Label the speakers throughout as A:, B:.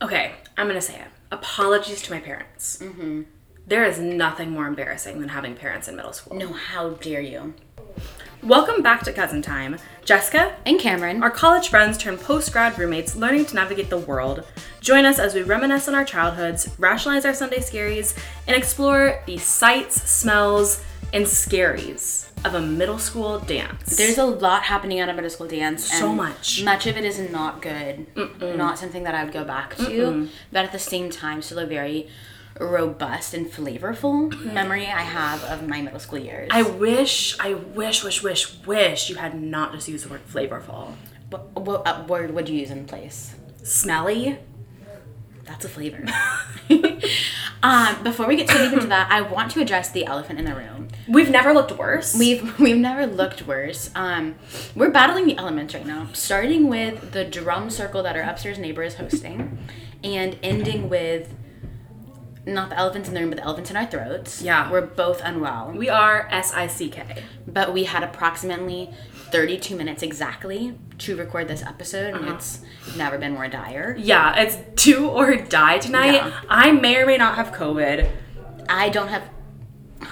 A: Okay, I'm gonna say it. Apologies to my parents. Mm-hmm. is nothing more embarrassing than having parents in middle school.
B: No, how dare you?
A: Welcome back to Cousin Time. Jessica,
B: And Cameron.
A: our college friends turned post grad roommates learning to navigate the world. Join us as we reminisce on our childhoods, rationalize our Sunday scaries, and explore the sights, smells, and scaries of a middle school dance.
B: There's a lot happening at a middle school dance.
A: So
B: and
A: much.
B: Much of it is not good. Not something that I would go back to. But at the same time, still a very robust and flavorful memory I have of my middle school years.
A: Mm-hmm. I wish, I wish, wish, wish, wish you had not just used the word flavorful.
B: what, what uh, word would you use in place?
A: Smelly?
B: That's a flavor. um, before we get too deep into that, I want to address the elephant in the room.
A: We've never looked worse.
B: We've we've never looked worse. Um, we're battling the elements right now, starting with the drum circle that our upstairs neighbor is hosting, and ending with not the elephants in the room, but the elephants in our throats.
A: Yeah.
B: we're both unwell,
A: We are S I C K.
B: but we had approximately 32 minutes exactly to record this episode, and it's never been more dire.
A: Yeah, it's do or die tonight.
B: Yeah.
A: I may or may not have COVID.
B: I don't have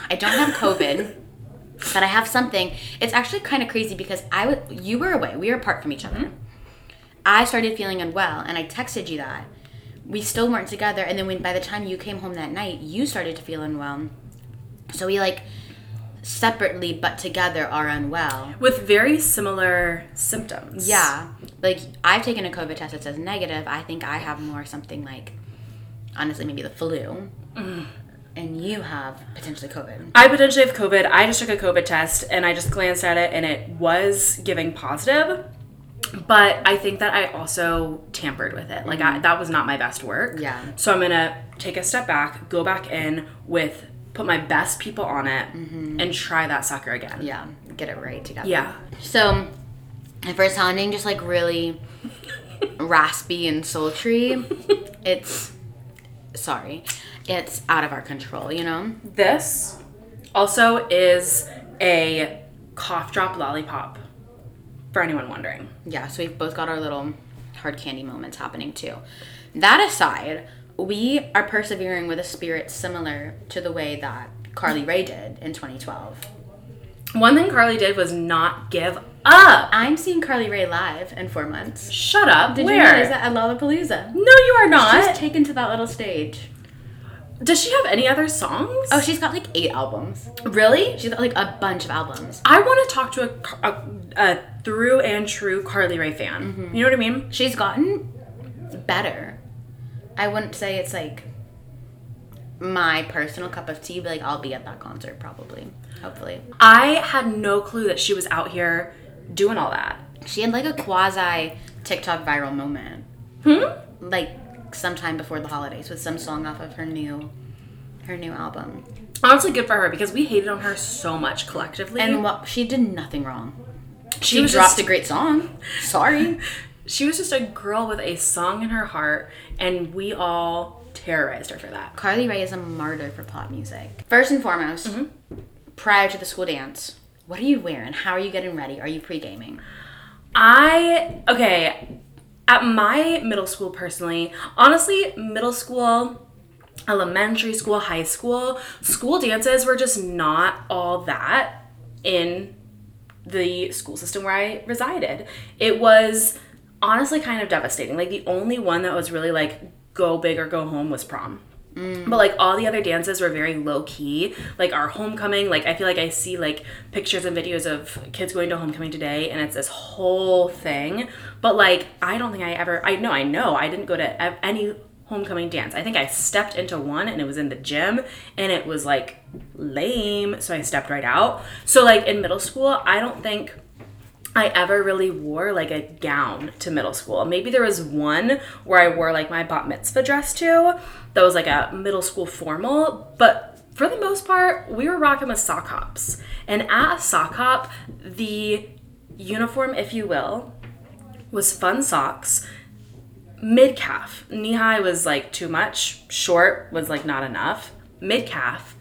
B: I don't have COVID, but I have something. It's actually kind of crazy because I was you were away. We were apart from each other. I started feeling unwell and I texted you that. We still weren't together and then when by the time you came home that night, you started to feel unwell. So we like separately but together are unwell.
A: With very similar symptoms.
B: Yeah. Like I've taken a COVID test that says negative. I think I have more something like honestly maybe the flu. And you have potentially COVID.
A: I potentially have COVID. I just took a COVID test and I just glanced at it and it was giving positive. But I think that I also tampered with it. Like, I, that was not my best work.
B: Mm-hmm. Yeah.
A: So I'm going to take a step back, go back in with, put my best people on it, and try that sucker again.
B: Mm-hmm. yeah, get it right together.
A: Yeah.
B: So, if we're sounding just like really raspy and sultry, it's sorry, it's out of our control. You know,
A: This also is a cough drop lollipop for anyone wondering.
B: yeah. So we've both got our little hard candy moments happening too. That aside, we are persevering with a spirit similar to the way that Carly Rae did in 2012.
A: One thing Carly did was not give up.
B: I'm seeing Carly Rae live in four months.
A: Shut up.
B: Did
A: Where?
B: you realize that at Lollapalooza?
A: No, you are not.
B: She's taken to that little stage.
A: Does she have any other songs?
B: Oh, she's got like eight albums.
A: really?
B: She's got like a bunch of albums.
A: I want to talk to a, Car- a, a through and true Carly Rae fan.
B: Mm-hmm.
A: You know what I mean?
B: She's gotten better. I wouldn't say it's like my personal cup of tea, but like I'll be at that concert probably. Hopefully.
A: I had no clue that she was out here doing all that.
B: She had like a quasi TikTok viral moment. Hmm? Like sometime before the holidays with some song off of her new her new album.
A: Honestly, good for her because we hated on her so much collectively.
B: And what she did nothing wrong. She,
A: was
B: dropped
A: just-
B: a great song. Sorry.
A: she was just a girl with a song in her heart, and we all terrorized her for that.
B: Carly Rae is a martyr for pop music. First and foremost, prior to the school dance, what are you wearing? How are you getting ready? Are you pre gaming?
A: I okay. At my middle school, personally, honestly, middle school, elementary school, high school, school dances were just not all that in the school system where I resided. It was honestly kind of devastating. Like the only one that was really like go big or go home was prom. But like all the other dances were very low key. Like our homecoming, like I feel like I see like pictures and videos of kids going to homecoming today and it's this whole thing. But like I don't think I ever I know I know I didn't go to ev- any homecoming dance. I think I stepped into one and it was in the gym and it was like lame, so I stepped right out. So like in middle school, I don't think I ever really wore like a gown to middle school. Maybe there was one where I wore like my bat mitzvah dress to that was like a middle school formal, but for the most part, we were rocking with sock hops. And at a sock hop, the uniform, if you will, was fun socks, mid calf. Knee high was like too much, short was like not enough, mid calf,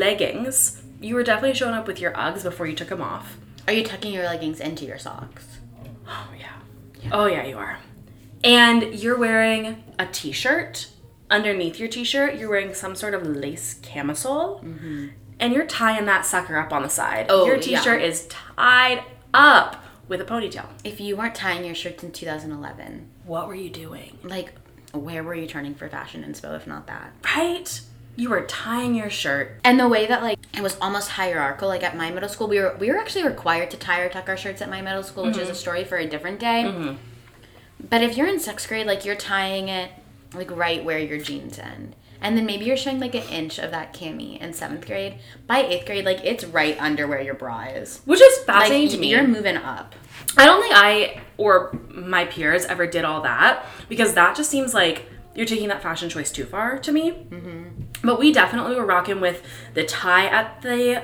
A: leggings. You were definitely showing up with your Uggs before you took them off.
B: Are you tucking your leggings into your socks?
A: Oh yeah. Oh yeah, you are. and you're wearing a t shirt. Underneath your t shirt, you're wearing some sort of lace camisole, and you're tying that sucker up on the side.
B: Oh,
A: your t
B: yeah.
A: shirt is tied up with a ponytail.
B: If you weren't tying your shirts in 2011,
A: What were you doing?
B: like, where were you turning for fashion inspo if not that?
A: Right? You were tying your shirt.
B: And the way that like it was almost hierarchical. Like at my middle school, we were we were actually required to tie or tuck our shirts at my middle school, which is a story for a different day. But if you're in sixth grade, like you're tying it like right where your jeans end, and then maybe you're showing like an inch of that cami in seventh grade. By eighth grade, like it's right under where your bra is.
A: Which is
B: Like
A: fascinating to me.
B: you're moving up.
A: I don't think I or my peers ever did all that because that just seems like you're taking that fashion choice too far to me. But we definitely were rocking with the tie at the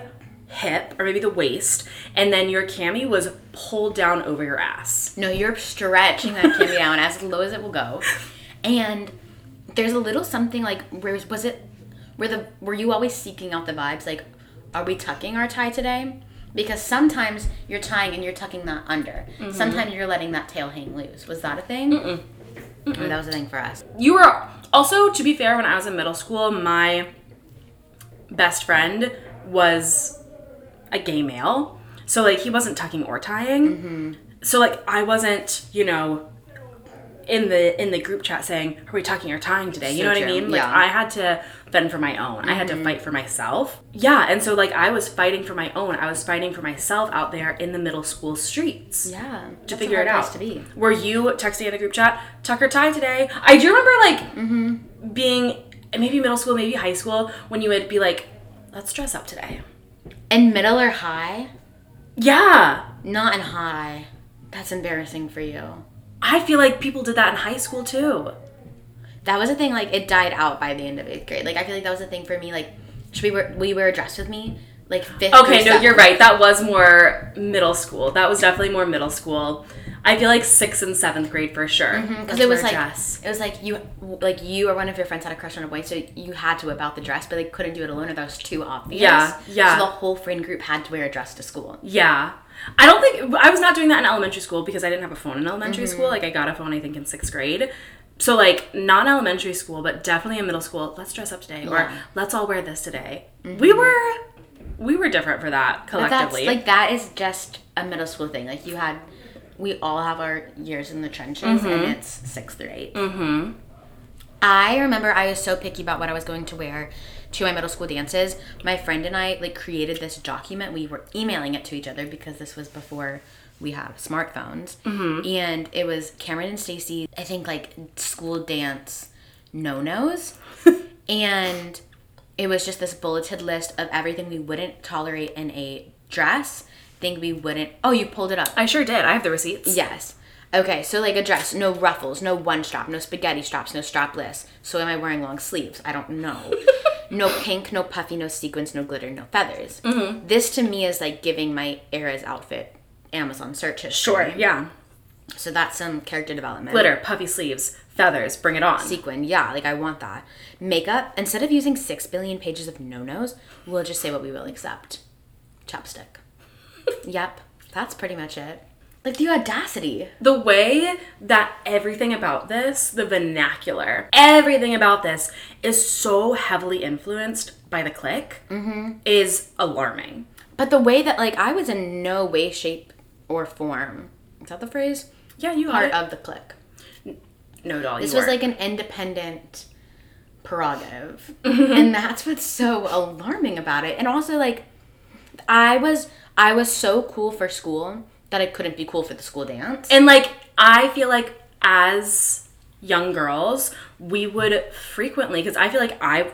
A: hip or maybe the waist, and then your cami was pulled down over your ass.
B: No, you're stretching that cami down as low as it will go, and there's a little something like where was it? Were the were you always seeking out the vibes? Like, are we tucking our tie today? Because sometimes you're tying and you're tucking that under.
A: Mm-hmm.
B: Sometimes you're letting that tail hang loose. Was that a thing? Oh, that was a thing for us.
A: You were also, to be fair, when I was in middle school, my best friend was a gay male. So like he wasn't tucking or tying.
B: Mm-hmm.
A: So like I wasn't, you know, in the in the group chat saying, "Are we tucking or tying today?" You
B: So
A: know what I
B: true.
A: mean? Like
B: Yeah. Mm-hmm.
A: I had to fend for my own. I had to fight for myself. Yeah, and so like I was fighting for my own. I was fighting for myself out there in the middle school streets
B: Yeah, that's
A: to
B: a
A: figure
B: hard
A: it
B: place
A: out.
B: To be.
A: Were you texting in a group chat, Tucker tie today? I do remember like
B: Mm-hmm.
A: being maybe middle school, maybe high school, when you would be like, let's dress up today.
B: In middle or high?
A: Yeah.
B: Not in high. That's embarrassing for you.
A: I feel like people did that in high school too.
B: that was a thing like it died out by the end of eighth grade like i feel like that was a thing for me like should we wear we wear a dress with me like fifth
A: Okay, no,
B: or seventh.
A: you're right. That was more middle school. That was definitely more middle school. I feel like sixth and seventh grade for sure.
B: because
A: Let's
B: Mm-hmm, it was
A: wear
B: like
A: a dress.
B: it was like you like you or one of your friends had a crush on a boy so you had to whip out the dress but they couldn't do it alone or that was too obvious
A: Yeah, yeah.
B: so the whole friend group had to wear a dress to school
A: Yeah. I don't think I was not doing that in elementary school because I didn't have a phone in elementary
B: Mm-hmm.
A: school. Like I got a phone I think in 6th grade. So like not in elementary school, but definitely in middle school, let's dress up today or
B: Yeah. Mm-hmm.
A: let's all wear this today. We were we were different for that
B: but that's
A: collectively.
B: like that is just a middle school thing like you had we all have our years in the trenches and it's sixth through 8 mm-hmm. i remember i was so picky about what i was going to wear to my middle school dances my friend and i like created this document we were emailing it to each other because this was before we have smartphones and it was cameron and stacy i think like school dance no-nos and it was just this bulleted list of everything we wouldn't tolerate in a dress thing we wouldn't oh you pulled it up
A: I sure did. I have the receipts.
B: Yes. Okay, so like a dress, no ruffles, no one strap, no spaghetti straps, no strapless. So am I wearing long sleeves? I don't know. no pink, no puffy, no sequins, no glitter, no feathers. This to me is like giving my era's outfit Amazon search history.
A: Sure. Yeah.
B: So that's some character development.
A: Glitter, puffy sleeves, feathers, bring it on.
B: Sequin, yeah, like I want that. Makeup, instead of using six billion pages of no nos, we'll just say what we will accept. Chopstick. yep, that's pretty much it. Like the audacity.
A: the way that everything about this, the vernacular, everything about this is so heavily influenced by the click
B: Mm-hmm.
A: is alarming.
B: But the way that, like, I was in no way, shape, or form. Is that the phrase?
A: Yeah, you
B: Part
A: are.
B: of the clique.
A: No, doll.
B: This was like an independent prerogative. and that's what's so alarming about it. And also, like, I was I was so cool for school that I couldn't be cool for the school dance.
A: and like I feel like as young girls, we would frequently because I feel like I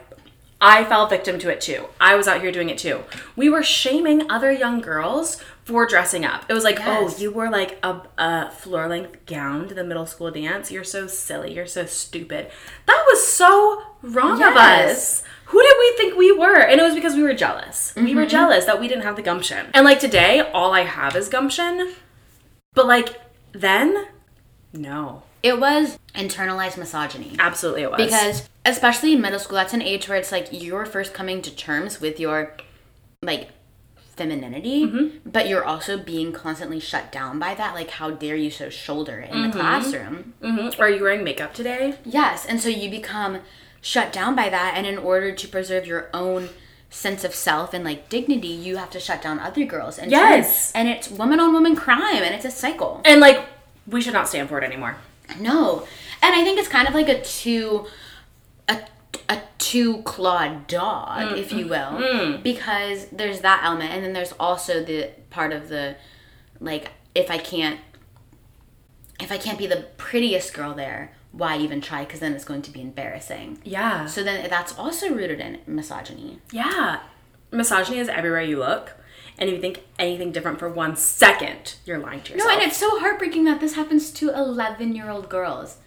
A: I fell victim to it too. I was out here doing it too. We were shaming other young girls for dressing up. It was like,
B: Yes.
A: oh, you wore like a, a floor length gown to the middle school dance. You're so silly. You're so stupid. That was so wrong of
B: Yes.
A: us. Who did we think we were? And it was because we were jealous. We
B: Mm-hmm.
A: were jealous that we didn't have the gumption. And like today, all I have is gumption. But like then, no.
B: It was internalized misogyny.
A: Absolutely it was.
B: because especially in middle school that's an age where it's like you're first coming to terms with your like femininity, but you're also being constantly shut down by that. Like, how dare you so shoulder it in the classroom?
A: Mm-hmm. Are you wearing makeup today?
B: Yes. And so you become shut down by that. And in order to preserve your own sense of self and like dignity, you have to shut down other girls. And
A: Yes.
B: And it's woman on woman crime and it's a cycle.
A: And like, we should not stand for it anymore.
B: No. And I think it's kind of like a two a, a two clawed dog, if you will, Mm. because there's that element and then there's also the part of the like if I can't if I can't be the prettiest girl there, why even try cuz then it's going to be embarrassing.
A: Yeah.
B: So then that's also rooted in misogyny.
A: Yeah. Misogyny is everywhere you look. And if you think anything different for one second, you're lying to
B: No,
A: yourself.
B: and it's so heartbreaking that this happens to 11 year old girls.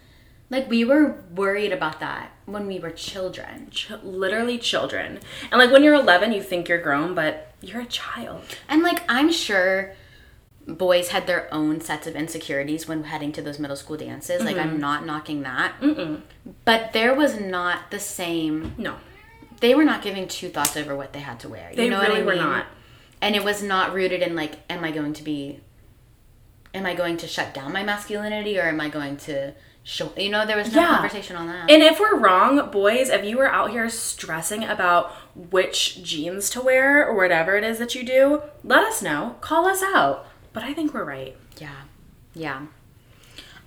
B: Like, we were worried about that when we were children.
A: Ch- literally children. And like when you're 11, you think you're grown, but you're a child.
B: And like I'm sure boys had their own sets of insecurities when heading to those middle school dances. Like I'm not knocking that. But there was not the same.
A: No,
B: They were not giving two thoughts over what they had to wear. You
A: they
B: know
A: really
B: what I mean?
A: were not.
B: And it was not rooted in like, am I going to be, am I going to shut down my masculinity or am I going to show? You know, there was no
A: Yeah.
B: conversation on that.
A: And if we're wrong, boys, if you were out here stressing about which jeans to wear or whatever it is that you do, let us know. Call us out. But I think we're right.
B: Yeah. Yeah.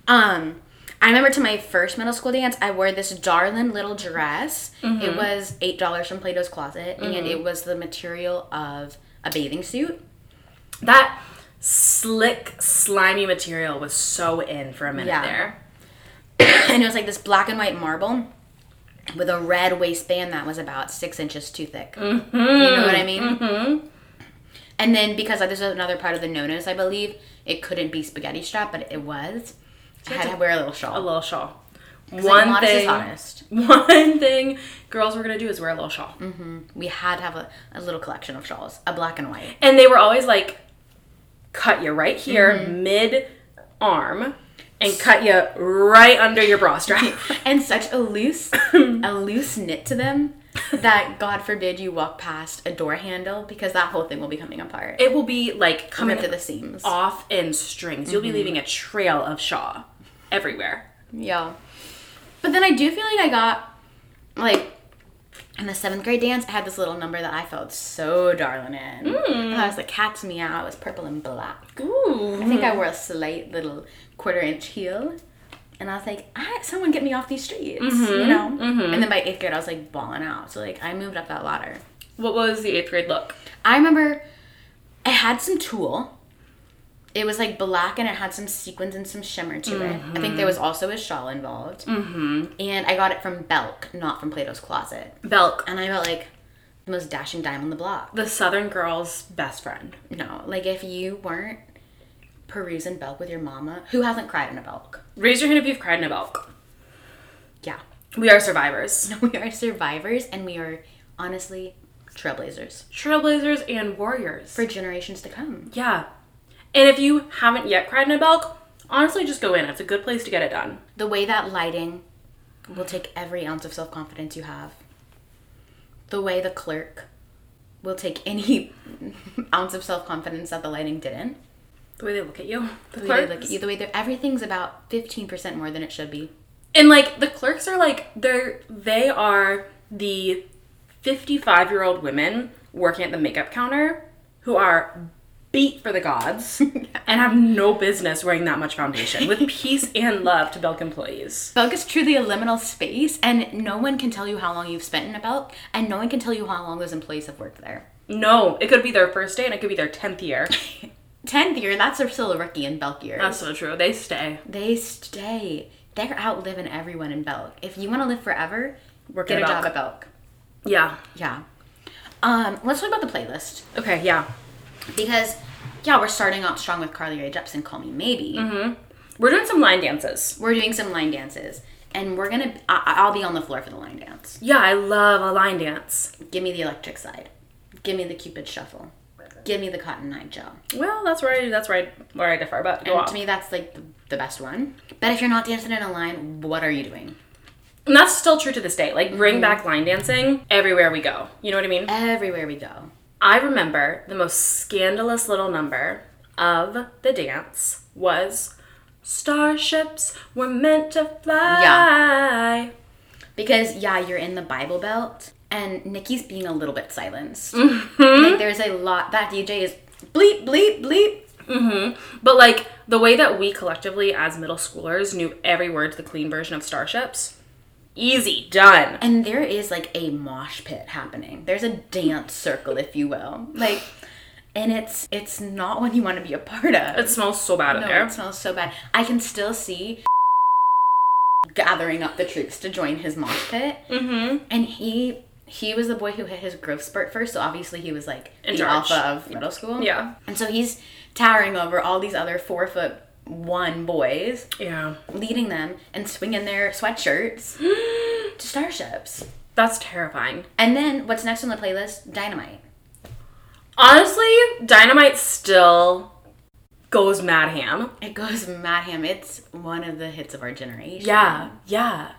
B: Um, I remember to my first middle school dance, I wore this darling little dress.
A: Mm-hmm.
B: It was eight dollars from Plato's Closet, and it was the material of a bathing suit.
A: That slick, slimy material was so in for a minute
B: Yeah.
A: there.
B: And it was like this black and white marble with a red waistband that was about six inches too thick.
A: Mm-hmm.
B: You know what I mean? And then because this was another part of the no-nos, I believe, it couldn't be spaghetti strap, but it was. I had to wear a little shawl.
A: A little shawl.
B: Like,
A: One
B: modest is
A: thing.
B: honest.
A: One thing girls were gonna do is wear a little shawl.
B: Mm. we had to have a, a little collection of shawls, a black and white.
A: And they were always like, cut you right here,
B: Mm-hmm.
A: mid arm, and cut you right under your bra strap.
B: And such a loose, a loose knit to them that God forbid you walk past a door handle because that whole thing will be coming apart.
A: it will be like coming
B: into the seams.
A: off in strings. You'll be leaving a trail of shawl everywhere.
B: Yeah. But then I do feel like I got, like, in the seventh grade dance, I had this little number that I felt so darling in. Mm. I was like, cat's meow. It was purple and black. I
A: Ooh.
B: think I wore a slight little quarter inch heel. And I was like, I, someone get me off these streets, you know? And then by eighth grade, I was like balling out. So, like, I moved up that ladder.
A: What was the eighth grade look?
B: I remember I had some tulle. It was like black and it had some sequins and some shimmer to it. I think there was also a shawl involved. Mm-hmm. And I got it from Belk, not from Plato's Closet.
A: Belk.
B: And I felt like the most dashing dime on the block.
A: The Southern girl's best friend.
B: No, like if you weren't perusing Belk with your mama, who hasn't cried in a Belk?
A: Raise your hand if you've cried in a Belk.
B: Yeah.
A: We are survivors.
B: We are survivors and we are honestly trailblazers
A: Trailblazers and warriors.
B: for generations to come.
A: yeah. And if you haven't yet cried in a Belk, honestly just go in. It's a good place to get it done.
B: The way that lighting will take every ounce of self confidence you have, the way the clerk will take any ounce of self confidence that the lighting didn't.
A: The way they look at you. The,
B: The way they look
A: clerks.
B: at you, the way that everything's about 15% more than it should be.
A: And like the clerks are like they're they are the 55 year old women working at the makeup counter who are beat for the gods and have no business wearing that much foundation with peace and love to Belk employees.
B: Belk is truly a liminal space, and no one can tell you how long you've spent in a Belk, and no one can tell you how long those employees have worked there.
A: No, it could be their first day and it could be their 10th year.
B: 10th year, that's still a rookie in Belk years.
A: That's so true. They stay.
B: They stay. They're outliving everyone in Belk. If you want to live forever,
A: Work
B: get
A: at
B: a
A: Belk.
B: job at Belk.
A: Yeah.
B: Yeah. Um, let's talk about the playlist
A: Okay, yeah.
B: because, yeah, we're starting out strong with Carly Rae Jepsen, "Call Me Maybe."
A: Mm-hmm. We're doing some line dances.
B: We're doing some line dances, and we're gonna. I- I'll be on the floor for the line dance.
A: Yeah, I love a line dance.
B: Give me the electric side. Give me the Cupid shuffle. Give me the Cotton Eye Joe.
A: Well, that's where I, that's where I, where I differ, but go
B: And
A: on.
B: to me, that's like the, the best one. But if you're not dancing in a line, what are you doing?
A: And that's still true to this day. Like, bring back line dancing everywhere we go. You know what I mean?
B: Everywhere we go.
A: I remember the most scandalous little number of the dance was Starships were meant to fly.
B: Because yeah, you're in the Bible Belt, and Nikki's being a little bit silenced.
A: Mm-hmm.
B: Like there's a lot that DJ is bleep bleep bleep.
A: But like the way that we collectively as middle schoolers knew every word to the clean version of Starships, easy, done.
B: And there is like a mosh pit happening. There's a dance circle, if you will. Like and it's it's not one you want to be a part of.
A: It smells so bad in
B: no,
A: there.
B: it smells so bad. I can still see gathering up the troops to join his mosh pit. Mm-hmm. And he he was the boy who hit his growth spurt first, so obviously he was like
A: In
B: the
A: charge.
B: alpha of middle school.
A: Yeah.
B: And so he's towering over all these other four foot one boys,
A: Yeah.
B: leading them and swinging their sweatshirts to starships.
A: That's terrifying.
B: And then what's next on the playlist? Dynamite.
A: Honestly, Dynamite still goes mad ham.
B: It goes mad ham. It's one of the hits of our generation.
A: Yeah. Yeah.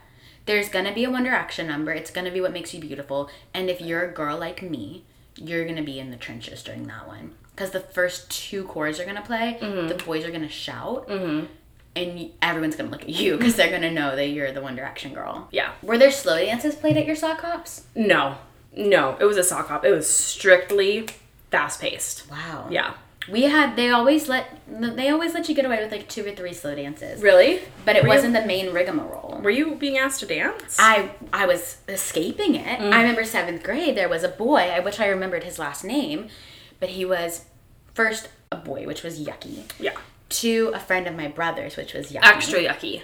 B: There's gonna be a One Direction number. It's gonna be what makes you beautiful. And if you're a girl like me, you're gonna be in the trenches during that one. Because the first two chords are gonna play, the boys are gonna shout, and y- everyone's gonna look at you because they're gonna know that you're the One Direction girl.
A: Yeah.
B: Were there slow dances played at your sock hops?
A: No. No. It was a sock hop. It was strictly fast paced.
B: Wow.
A: Yeah.
B: We had. They always let. They always let you get away with like two or three slow dances,
A: Really?
B: but it
A: Really?
B: wasn't the main rigmarole.
A: Were you being asked to dance?
B: I I was escaping it.
A: Mm.
B: I remember seventh grade. There was a boy. I wish I remembered his last name, but he was first a boy, which was yucky.
A: yeah.
B: Two, a friend of my brother's, which was yucky.
A: Extra yucky.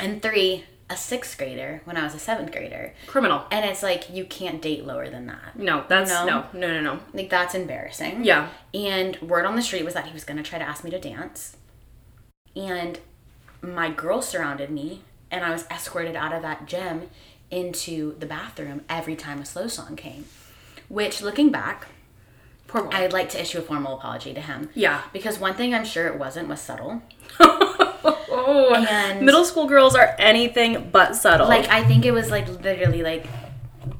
B: And three, a sixth grader when I was a seventh grader.
A: Criminal.
B: And it's like you can't date lower than that.
A: No, that's
B: No.
A: no. No, no, no.
B: Like that's embarrassing.
A: Yeah.
B: And word on the street was that he was gonna try to ask me to dance. And my girl surrounded me and I was escorted out of that gym into the bathroom every time a slow song came. Which looking back,
A: Poor boy.
B: I'd like to issue a formal apology to him.
A: yeah.
B: Because one thing I'm sure it wasn't was subtle.
A: Oh,
B: And-
A: middle school girls are anything but subtle.
B: Like I think it was like literally like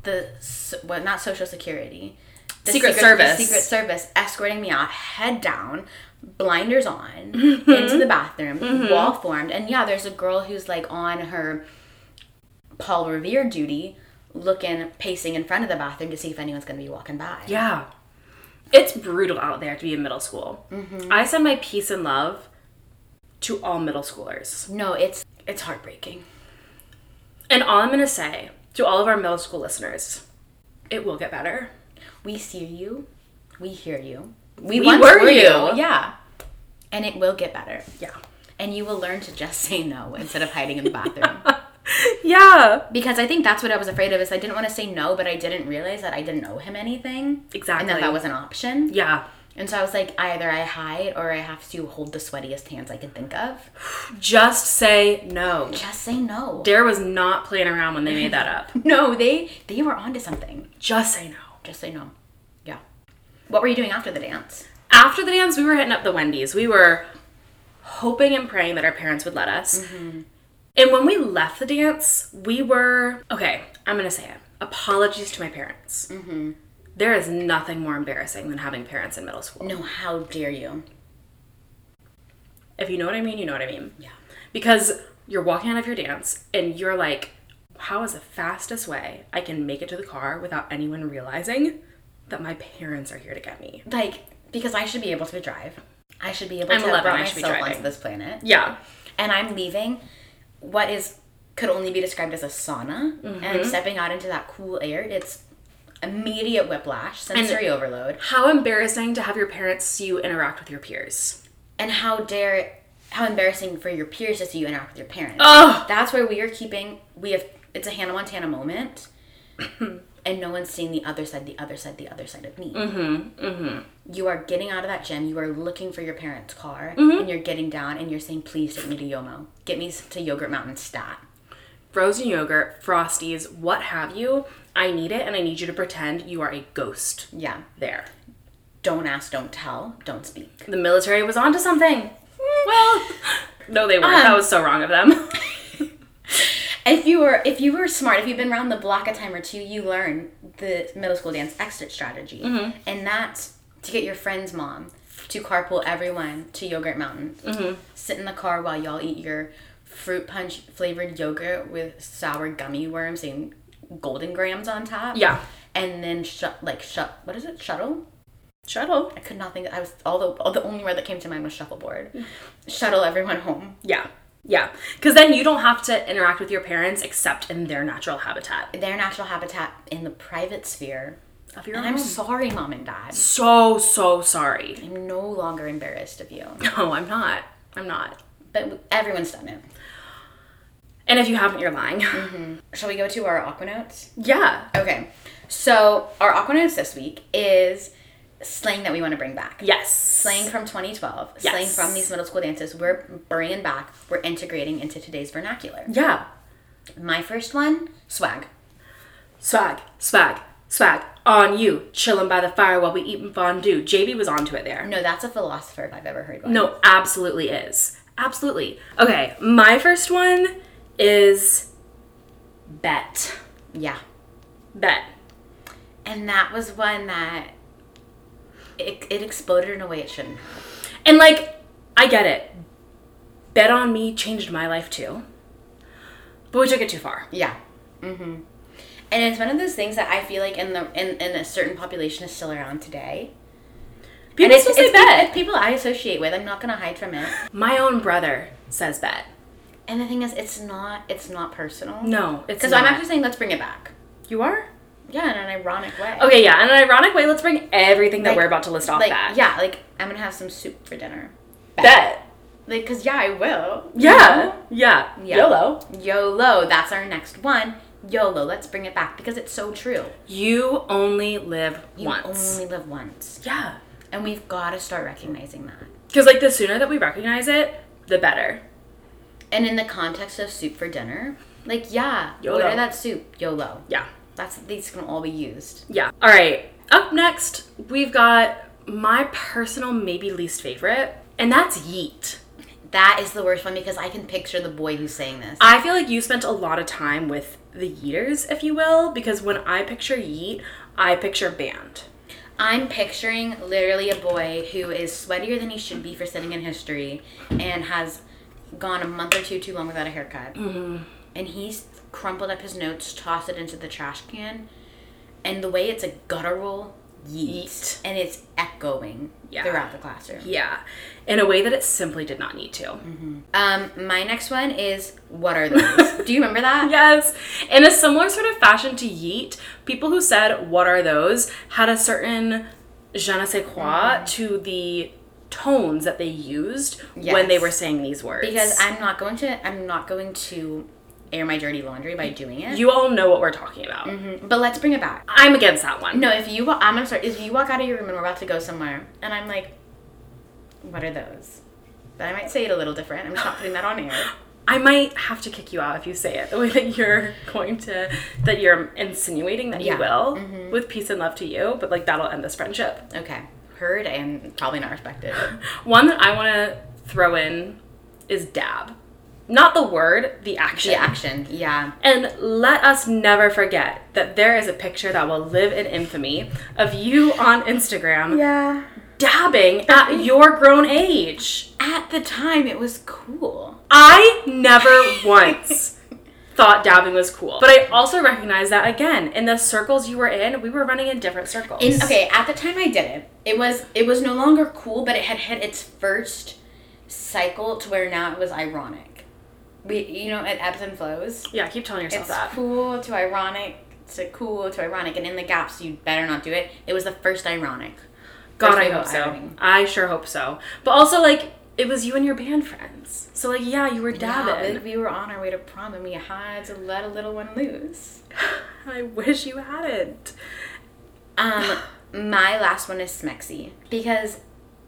B: the s- well not social security, the
A: Secret Service.
B: the secret service escorting me out, head down, blinders on,
A: Mm-hmm.
B: into the bathroom, wall formed, and yeah, there's a girl who's like on her Paul Revere duty, looking pacing in front of the bathroom to see if anyone's gonna be walking by.
A: yeah. It's brutal out there to be in middle school. I send my peace and love to all middle schoolers.
B: No, it's it's heartbreaking.
A: And all I'm going to say to all of our middle school listeners, it will get better.
B: We see you, we hear you, we,
A: We
B: once
A: were you.
B: yeah, and it will get better.
A: Yeah.
B: And you will learn to just say no instead of hiding in the bathroom.
A: Yeah.
B: because I think that's what I was afraid of is I didn't want to say no, but I didn't realize that I didn't owe him anything. And that
A: Exactly.
B: that was an option.
A: Yeah.
B: And so I was like, either I hide or I have to hold the sweatiest hands I can think of.
A: Just say no.
B: Just say no.
A: Dare was not playing around when they made that up.
B: No, they they were onto something.
A: Just say no.
B: Just say no. Yeah. What were you doing after the dance?
A: After the dance, we were hitting up the Wendy's. We were hoping and praying that our parents would let us. And when we left the dance, we were okay, I'm gonna say it. Apologies to my parents. There is nothing more embarrassing than having parents in middle school.
B: No, how dare you?
A: If you know what I mean, you know what I mean.
B: Yeah.
A: Because you're walking out of your dance and you're like, how is the fastest way I can make it to the car without anyone realizing that my parents are here to get me?
B: Like, because I should be able to drive. I should be able
A: I'm
B: to
A: 11,
B: have brought
A: I should be
B: myself onto
A: driving.
B: this planet.
A: Yeah.
B: and I'm leaving what is could only be described as a sauna, and I'm stepping out into that cool air. It's immediate whiplash, sensory overload,
A: How embarrassing to have your parents see you interact with your peers.
B: and how dare how embarrassing for your peers to see you interact with your parents.
A: Oh,
B: That's where we are keeping. We have it's a Hannah Montana moment, and no one's seeing the other side, the other side, the other side of me. Mm-hmm. Mm-hmm. You are getting out of that gym. You are looking for your parents' car, and you're getting down, and you're saying, "Please take me to Yomo. Get me to Yogurt Mountain. Stat."
A: frozen yogurt, frosties, what have you. I need it and I need you to pretend you are a ghost
B: Yeah.
A: there.
B: don't ask, don't tell, don't speak.
A: The military was onto something. Well, no, they weren't. that was so wrong of them.
B: If you were if you were smart, if you've been around the block a time or two, you learn the middle school dance exit strategy, and that's to get your friend's mom to carpool everyone to Yogurt Mountain. Sit in the car while y'all eat your fruit punch flavored yogurt with sour gummy worms and golden grams on top.
A: Yeah.
B: and then shut like shut what is it shuttle
A: Shuttle.
B: I could not think. I was all the all the only word that came to mind was shuffleboard. Shuttle everyone home.
A: Yeah. Yeah. Because then you don't have to interact with your parents except in their natural habitat.
B: Their natural habitat in the private sphere.
A: Of your
B: And I'm sorry, mom and dad.
A: so, so sorry.
B: I'm no longer embarrassed of you.
A: No, I'm not. I'm not.
B: But everyone's done it.
A: And if you haven't, you're lying.
B: Shall we go to our aquanauts?
A: yeah.
B: Okay. So our aquanauts this week is slang that we want to bring back.
A: Yes.
B: Slang from 2012. Slang
A: Yes.
B: from these middle school dances. We're bringing back. We're integrating into today's vernacular.
A: Yeah.
B: My first one, swag.
A: Swag, swag, swag. On you. Chilling by the fire while we eating fondue. JB was onto it there.
B: No, that's a philosopher if I've ever heard one.
A: No, absolutely is. Absolutely. Okay, my first one is bet.
B: Yeah.
A: Bet.
B: And that was one that it, it exploded in a way it shouldn't. have.
A: And like, I get it. Bet on me changed my life too. But we took it too far.
B: Yeah. Mm-hmm. And it's one of those things that I feel like in the in, in a certain population is still around today. And
A: People
B: it's,
A: still
B: it's
A: say
B: people,
A: bet.
B: it's people I associate with. I'm not gonna hide from it.
A: my own brother says bet.
B: And the thing is, it's not it's not personal.
A: No, it's
B: Because I'm
A: not.
B: actually saying let's bring it back.
A: You are?
B: Yeah, in an ironic way.
A: Okay, yeah. In an ironic way, let's bring everything that
B: Like-
A: we're about to list off
B: Like
A: back.
B: yeah, like I'm gonna have some soup for dinner.
A: Bet.
B: Like, cause yeah, I will.
A: Yeah. Yeah.
B: Yeah.
A: YOLO.
B: YOLO. That's our next one. YOLO. Let's bring it back because it's so true.
A: You only live
B: You
A: once.
B: only live once.
A: yeah.
B: And we've got to start recognizing that.
A: Because, like, the sooner that we recognize it, the better.
B: And in the context of soup for dinner, like, yeah,
A: YOLO.
B: order that soup, YOLO.
A: Yeah.
B: That's these can all be used.
A: Yeah. All right. Up next, we've got my personal, maybe least favorite, and that's yeet.
B: That is the worst one because I can picture the boy who's saying this.
A: I feel like you spent a lot of time with the yeeters, if you will, because when I picture yeet, I picture band.
B: I'm picturing literally a boy who is sweatier than he should be for sitting in history and has gone a month or two too long without a haircut.
A: Mm-hmm.
B: And he's crumpled up his notes, tossed it into the trash can, and the way it's a guttural yeet,
A: Yeet.
B: and it's echoing
A: Yeah.
B: throughout the classroom.
A: Yeah. In a way that it simply did not need to.
B: Um, my next one is what are those? Do you remember that?
A: Yes. In a similar sort of fashion to Yeet, people who said, What are those? had a certain je ne sais
B: Mm-hmm.
A: quoi to the tones that they used when they
B: Yes.
A: were saying these words.
B: Because I'm not going to I'm not going to air my dirty laundry by doing it. Mm,
A: you all know what we're talking about.
B: but let's bring it back.
A: I'm against that one.
B: No, if you wa- I'm gonna start if you walk out of your room and we're about to go somewhere and I'm like, what are those? But I might say it a little different. I'm just not putting that on air.
A: I might have to kick you out if you say it the way that you're going to, that you're insinuating that
B: Yeah. Mm-hmm.
A: you will, with peace and love to you, but like that'll end this friendship.
B: Okay. Heard and probably not respected.
A: One that I want to throw in is dab. Not the word, the action.
B: The action, yeah.
A: And let us never forget that there is a picture that will live in infamy of you on Instagram
B: Yeah. Mm-hmm.
A: dabbing at your grown age.
B: At the time it was cool.
A: I never once thought dabbing was cool. But I also recognize that again, in the circles you were in, we were running in different circles.
B: In, okay, at the time I did it, it was it was no longer cool, but it had hit its first cycle to where now it was ironic. We, you know, it ebbs and flows.
A: Yeah, keep telling yourself
B: It's
A: that.
B: cool to ironic to cool to ironic, and in the gaps, you better not do it. It was the first ironic.
A: God,
B: First
A: I
B: we
A: hope
B: go
A: so.
B: irony.
A: I sure hope so. But also, like, it was you and your band friends. So, like, yeah, you were dabbing.
B: Yeah, we we were on our way to prom, and we had to let a little one loose.
A: I wish you hadn't.
B: Um, my last one is smexy because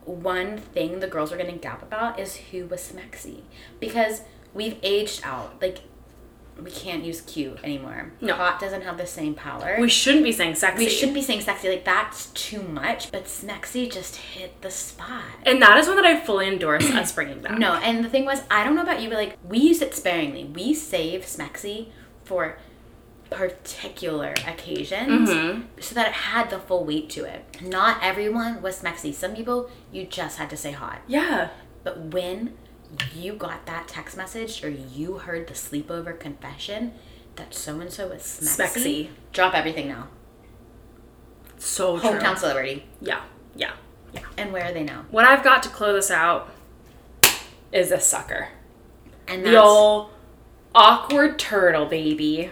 B: one thing the girls are gonna gap about is who was smexy because we've aged out. Like we can't use cute anymore.
A: No.
B: Hot doesn't have the same power.
A: We shouldn't be saying sexy.
B: We should be saying sexy, like that's too much, but sexy just hit the spot.
A: And that is one that I fully endorse us bringing back.
B: No, and the thing was, I don't know about you, but like we use it sparingly. We save smexy for particular occasions
A: Mm-hmm.
B: so that it had the full weight to it. Not everyone was smexy. Some people you just had to say hot.
A: Yeah.
B: But when you got that text message or you heard the sleepover confession that so and so was smexy,
A: Smexy.
B: drop everything now.
A: So true.
B: Hometown celebrity.
A: Yeah. Yeah.
B: And where are they now?
A: What I've got to close us out is this sucker.
B: And
A: The old awkward turtle baby.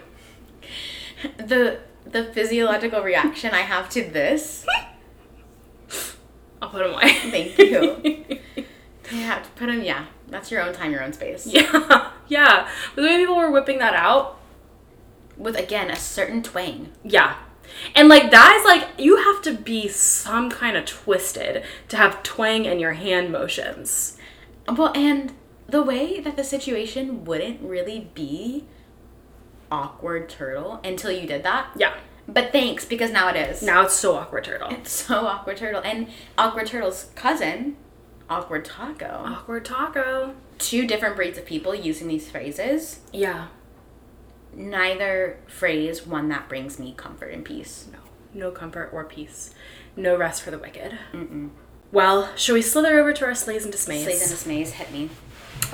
B: the the physiological reaction I have to this.
A: I'll put him away.
B: Thank you. Yeah, put him. Yeah, that's your own time, your own space.
A: yeah. Yeah. But the way people were whipping that out,
B: With again a certain twang.
A: yeah. And like that is like you have to be some kind of twisted to have twang in your hand motions.
B: Well, and the way that the situation wouldn't really be awkward turtle until you did that.
A: Yeah.
B: But thanks because now it is.
A: Now it's so awkward turtle.
B: So awkward turtle and awkward turtle's cousin, awkward taco.
A: Awkward taco.
B: Two different breeds of people using these phrases.
A: Yeah.
B: Neither phrase one that brings me comfort and peace.
A: No. No comfort or peace. No rest for the wicked. Mm-mm. Well, should we slither over to our slays and dismays?
B: Slays and dismays hit me.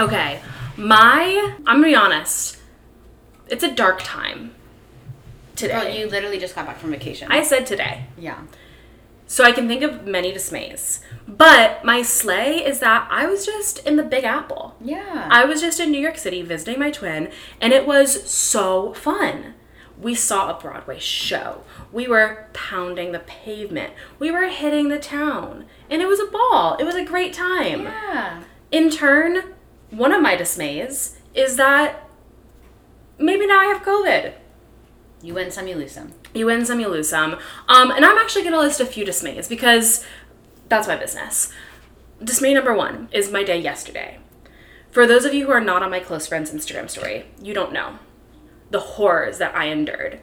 A: Okay. My, I'm gonna be honest. It's a dark time today.
B: Well, you literally just got back from vacation.
A: I said today.
B: yeah.
A: So I can think of many dismays. But my sleigh is that I was just in the Big Apple.
B: Yeah.
A: I was just in New York City visiting my twin, and it was so fun. We saw a Broadway show. We were pounding the pavement. We were hitting the town. And it was a ball. It was a great time.
B: yeah.
A: In turn, one of my dismays is that maybe now I have COVID.
B: You win some, you lose some.
A: You win some, you lose some. Um, and I'm actually going to list a few dismays because that's my business. Dismay number one is my day yesterday. For those of you who are not on my close friend's Instagram story, you don't know the horrors that I endured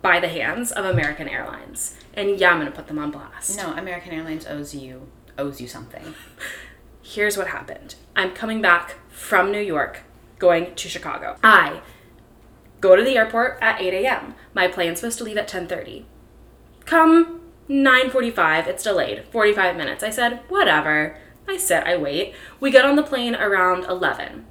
A: by the hands of American Airlines. And yeah, I'm going to put them on blast.
B: No, American Airlines owes you owes you something.
A: here's what happened. I'm coming back from New York, going to Chicago. I go to the airport at 8 a.m. My plane's supposed to leave at 10:30. Come 9:45, it's delayed, 45 minutes. I said, whatever. I sit, I wait. We get on the plane around 11.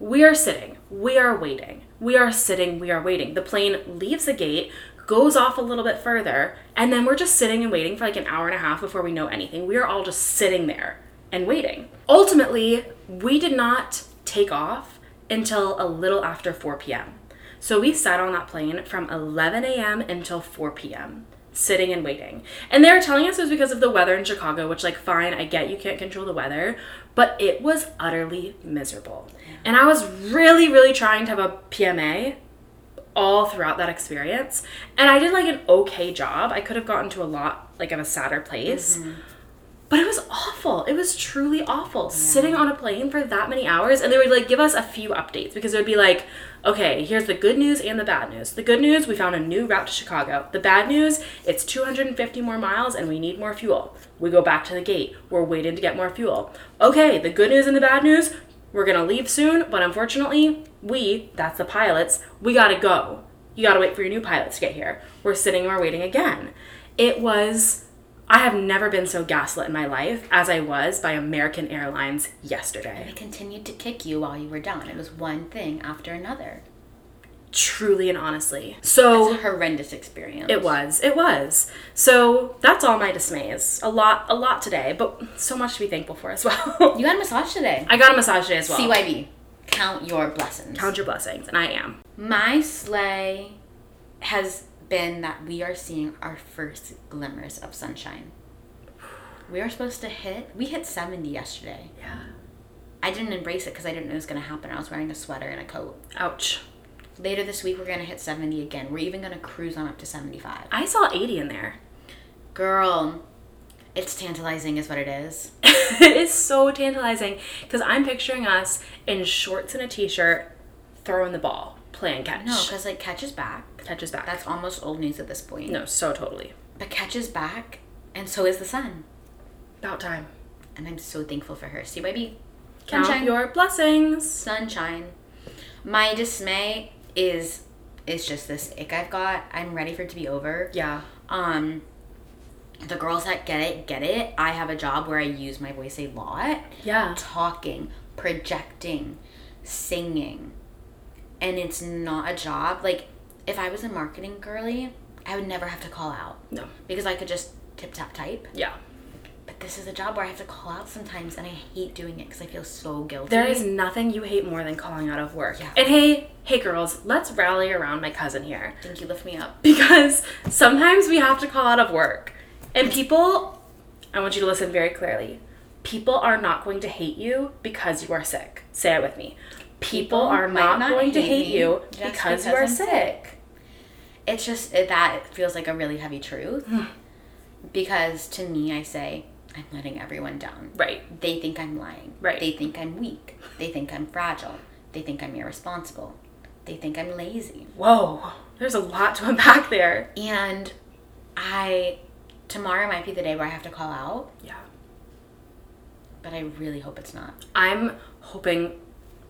A: We are sitting, we are waiting, we are sitting, we are waiting. The plane leaves the gate, goes off a little bit further, and then we're just sitting and waiting for like an hour and a half before we know anything. We are all just sitting there and waiting. Ultimately, we did not take off until a little after 4 p.m. So we sat on that plane from 11 a.m. until 4 p.m. Sitting and waiting. And they were telling us it was because of the weather in Chicago, which, like, fine, I get you can't control the weather, but it was utterly miserable. And I was really, really trying to have a PMA all throughout that experience. And I did like an okay job. I could have gotten to a lot, like, of a sadder place. But it was awful. It was truly awful sitting on a plane for that many hours. And they would like give us a few updates because it would be like, okay, here's the good news and the bad news. The good news, we found a new route to Chicago. The bad news, it's 250 more miles and we need more fuel. We go back to the gate. We're waiting to get more fuel. Okay, the good news and the bad news, we're gonna leave soon, but unfortunately, we, that's the pilots, we gotta go. You gotta wait for your new pilots to get here. We're sitting and we're waiting again. It was I have never been so gaslit in my life as I was by American Airlines yesterday.
B: They continued to kick you while you were down. It was one thing after another.
A: Truly and honestly.
B: It's
A: So
B: a horrendous experience.
A: Oh. it was. It was. So that's all my dismays. A lot a lot today, but so much to be thankful for as well.
B: You got a massage today.
A: I got a massage today as well.
B: CYB. Count your blessings.
A: Count your blessings, and I am.
B: My sleigh has been that we are seeing our first glimmers of sunshine. We are supposed to hit. We hit 70 yesterday.
A: Yeah.
B: I didn't embrace it because I didn't know it was going to happen. I was wearing a sweater and a coat.
A: Ouch.
B: Later this week, we're going to hit 70 again. We're even going to cruise on up to 75.
A: I saw 80 in there.
B: Girl, it's tantalizing, is what it is.
A: it is so tantalizing because I'm picturing us in shorts and a t shirt throwing the ball, playing catch.
B: No, because like catch is back.
A: Catch is back.
B: That's almost old news at this point.
A: no, so totally.
B: But catch is back, and so is the sun.
A: About time.
B: And I'm so thankful for her. See, baby,
A: Count
B: sunshine,
A: your blessings.
B: sunshine. My dismay is is just this ick I've got. I'm ready for it to be over.
A: Yeah.
B: Um, the girls that get it get it. I have a job where I use my voice a lot.
A: Yeah.
B: talking, projecting, singing. And it's not a job. Like, if I was a marketing girly, I would never have to call out
A: No.
B: because I could just tip tap type.
A: Yeah.
B: But this is a job where I have to call out sometimes and I hate doing it because I feel so guilty.
A: There is nothing you hate more than calling out of work.
B: Mm. Yeah.
A: And hey, hey girls, let's rally around my cousin here.
B: Think you lift me up.
A: Because sometimes we have to call out of work. And people, I want you to listen very clearly. People are not going to hate you because you are sick. Say it with me. People, are
B: might
A: not,
B: not
A: going to
B: hate
A: hate
B: me
A: you
B: just
A: because,
B: because
A: you are
B: I'm
A: sick.
B: It's just it, that feels like a really heavy truth
A: Hmm.
B: because to me, I say, I'm letting everyone down.
A: Right.
B: They think I'm lying.
A: Right.
B: They think I'm weak. They think I'm fragile. They think I'm irresponsible. They think I'm lazy.
A: Whoa. There's a lot to unpack there.
B: And I, tomorrow might be the day where I have to call out,
A: Yeah.
B: but I really hope it's not.
A: I'm hoping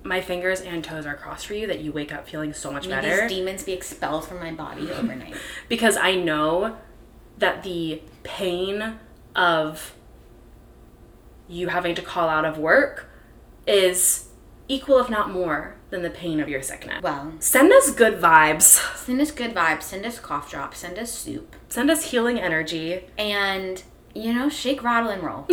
A: my fingers and toes are crossed for you that you wake up feeling so much
B: May
A: better
B: these demons be expelled from my body overnight.
A: because I know that the pain of you having to call out of work is equal, if not more, than the pain of your sickness.
B: well,
A: Send us good vibes.
B: send us good vibes, send us cough drops, send us soup,
A: Send us healing energy.
B: and, you know, shake, rattle, and roll.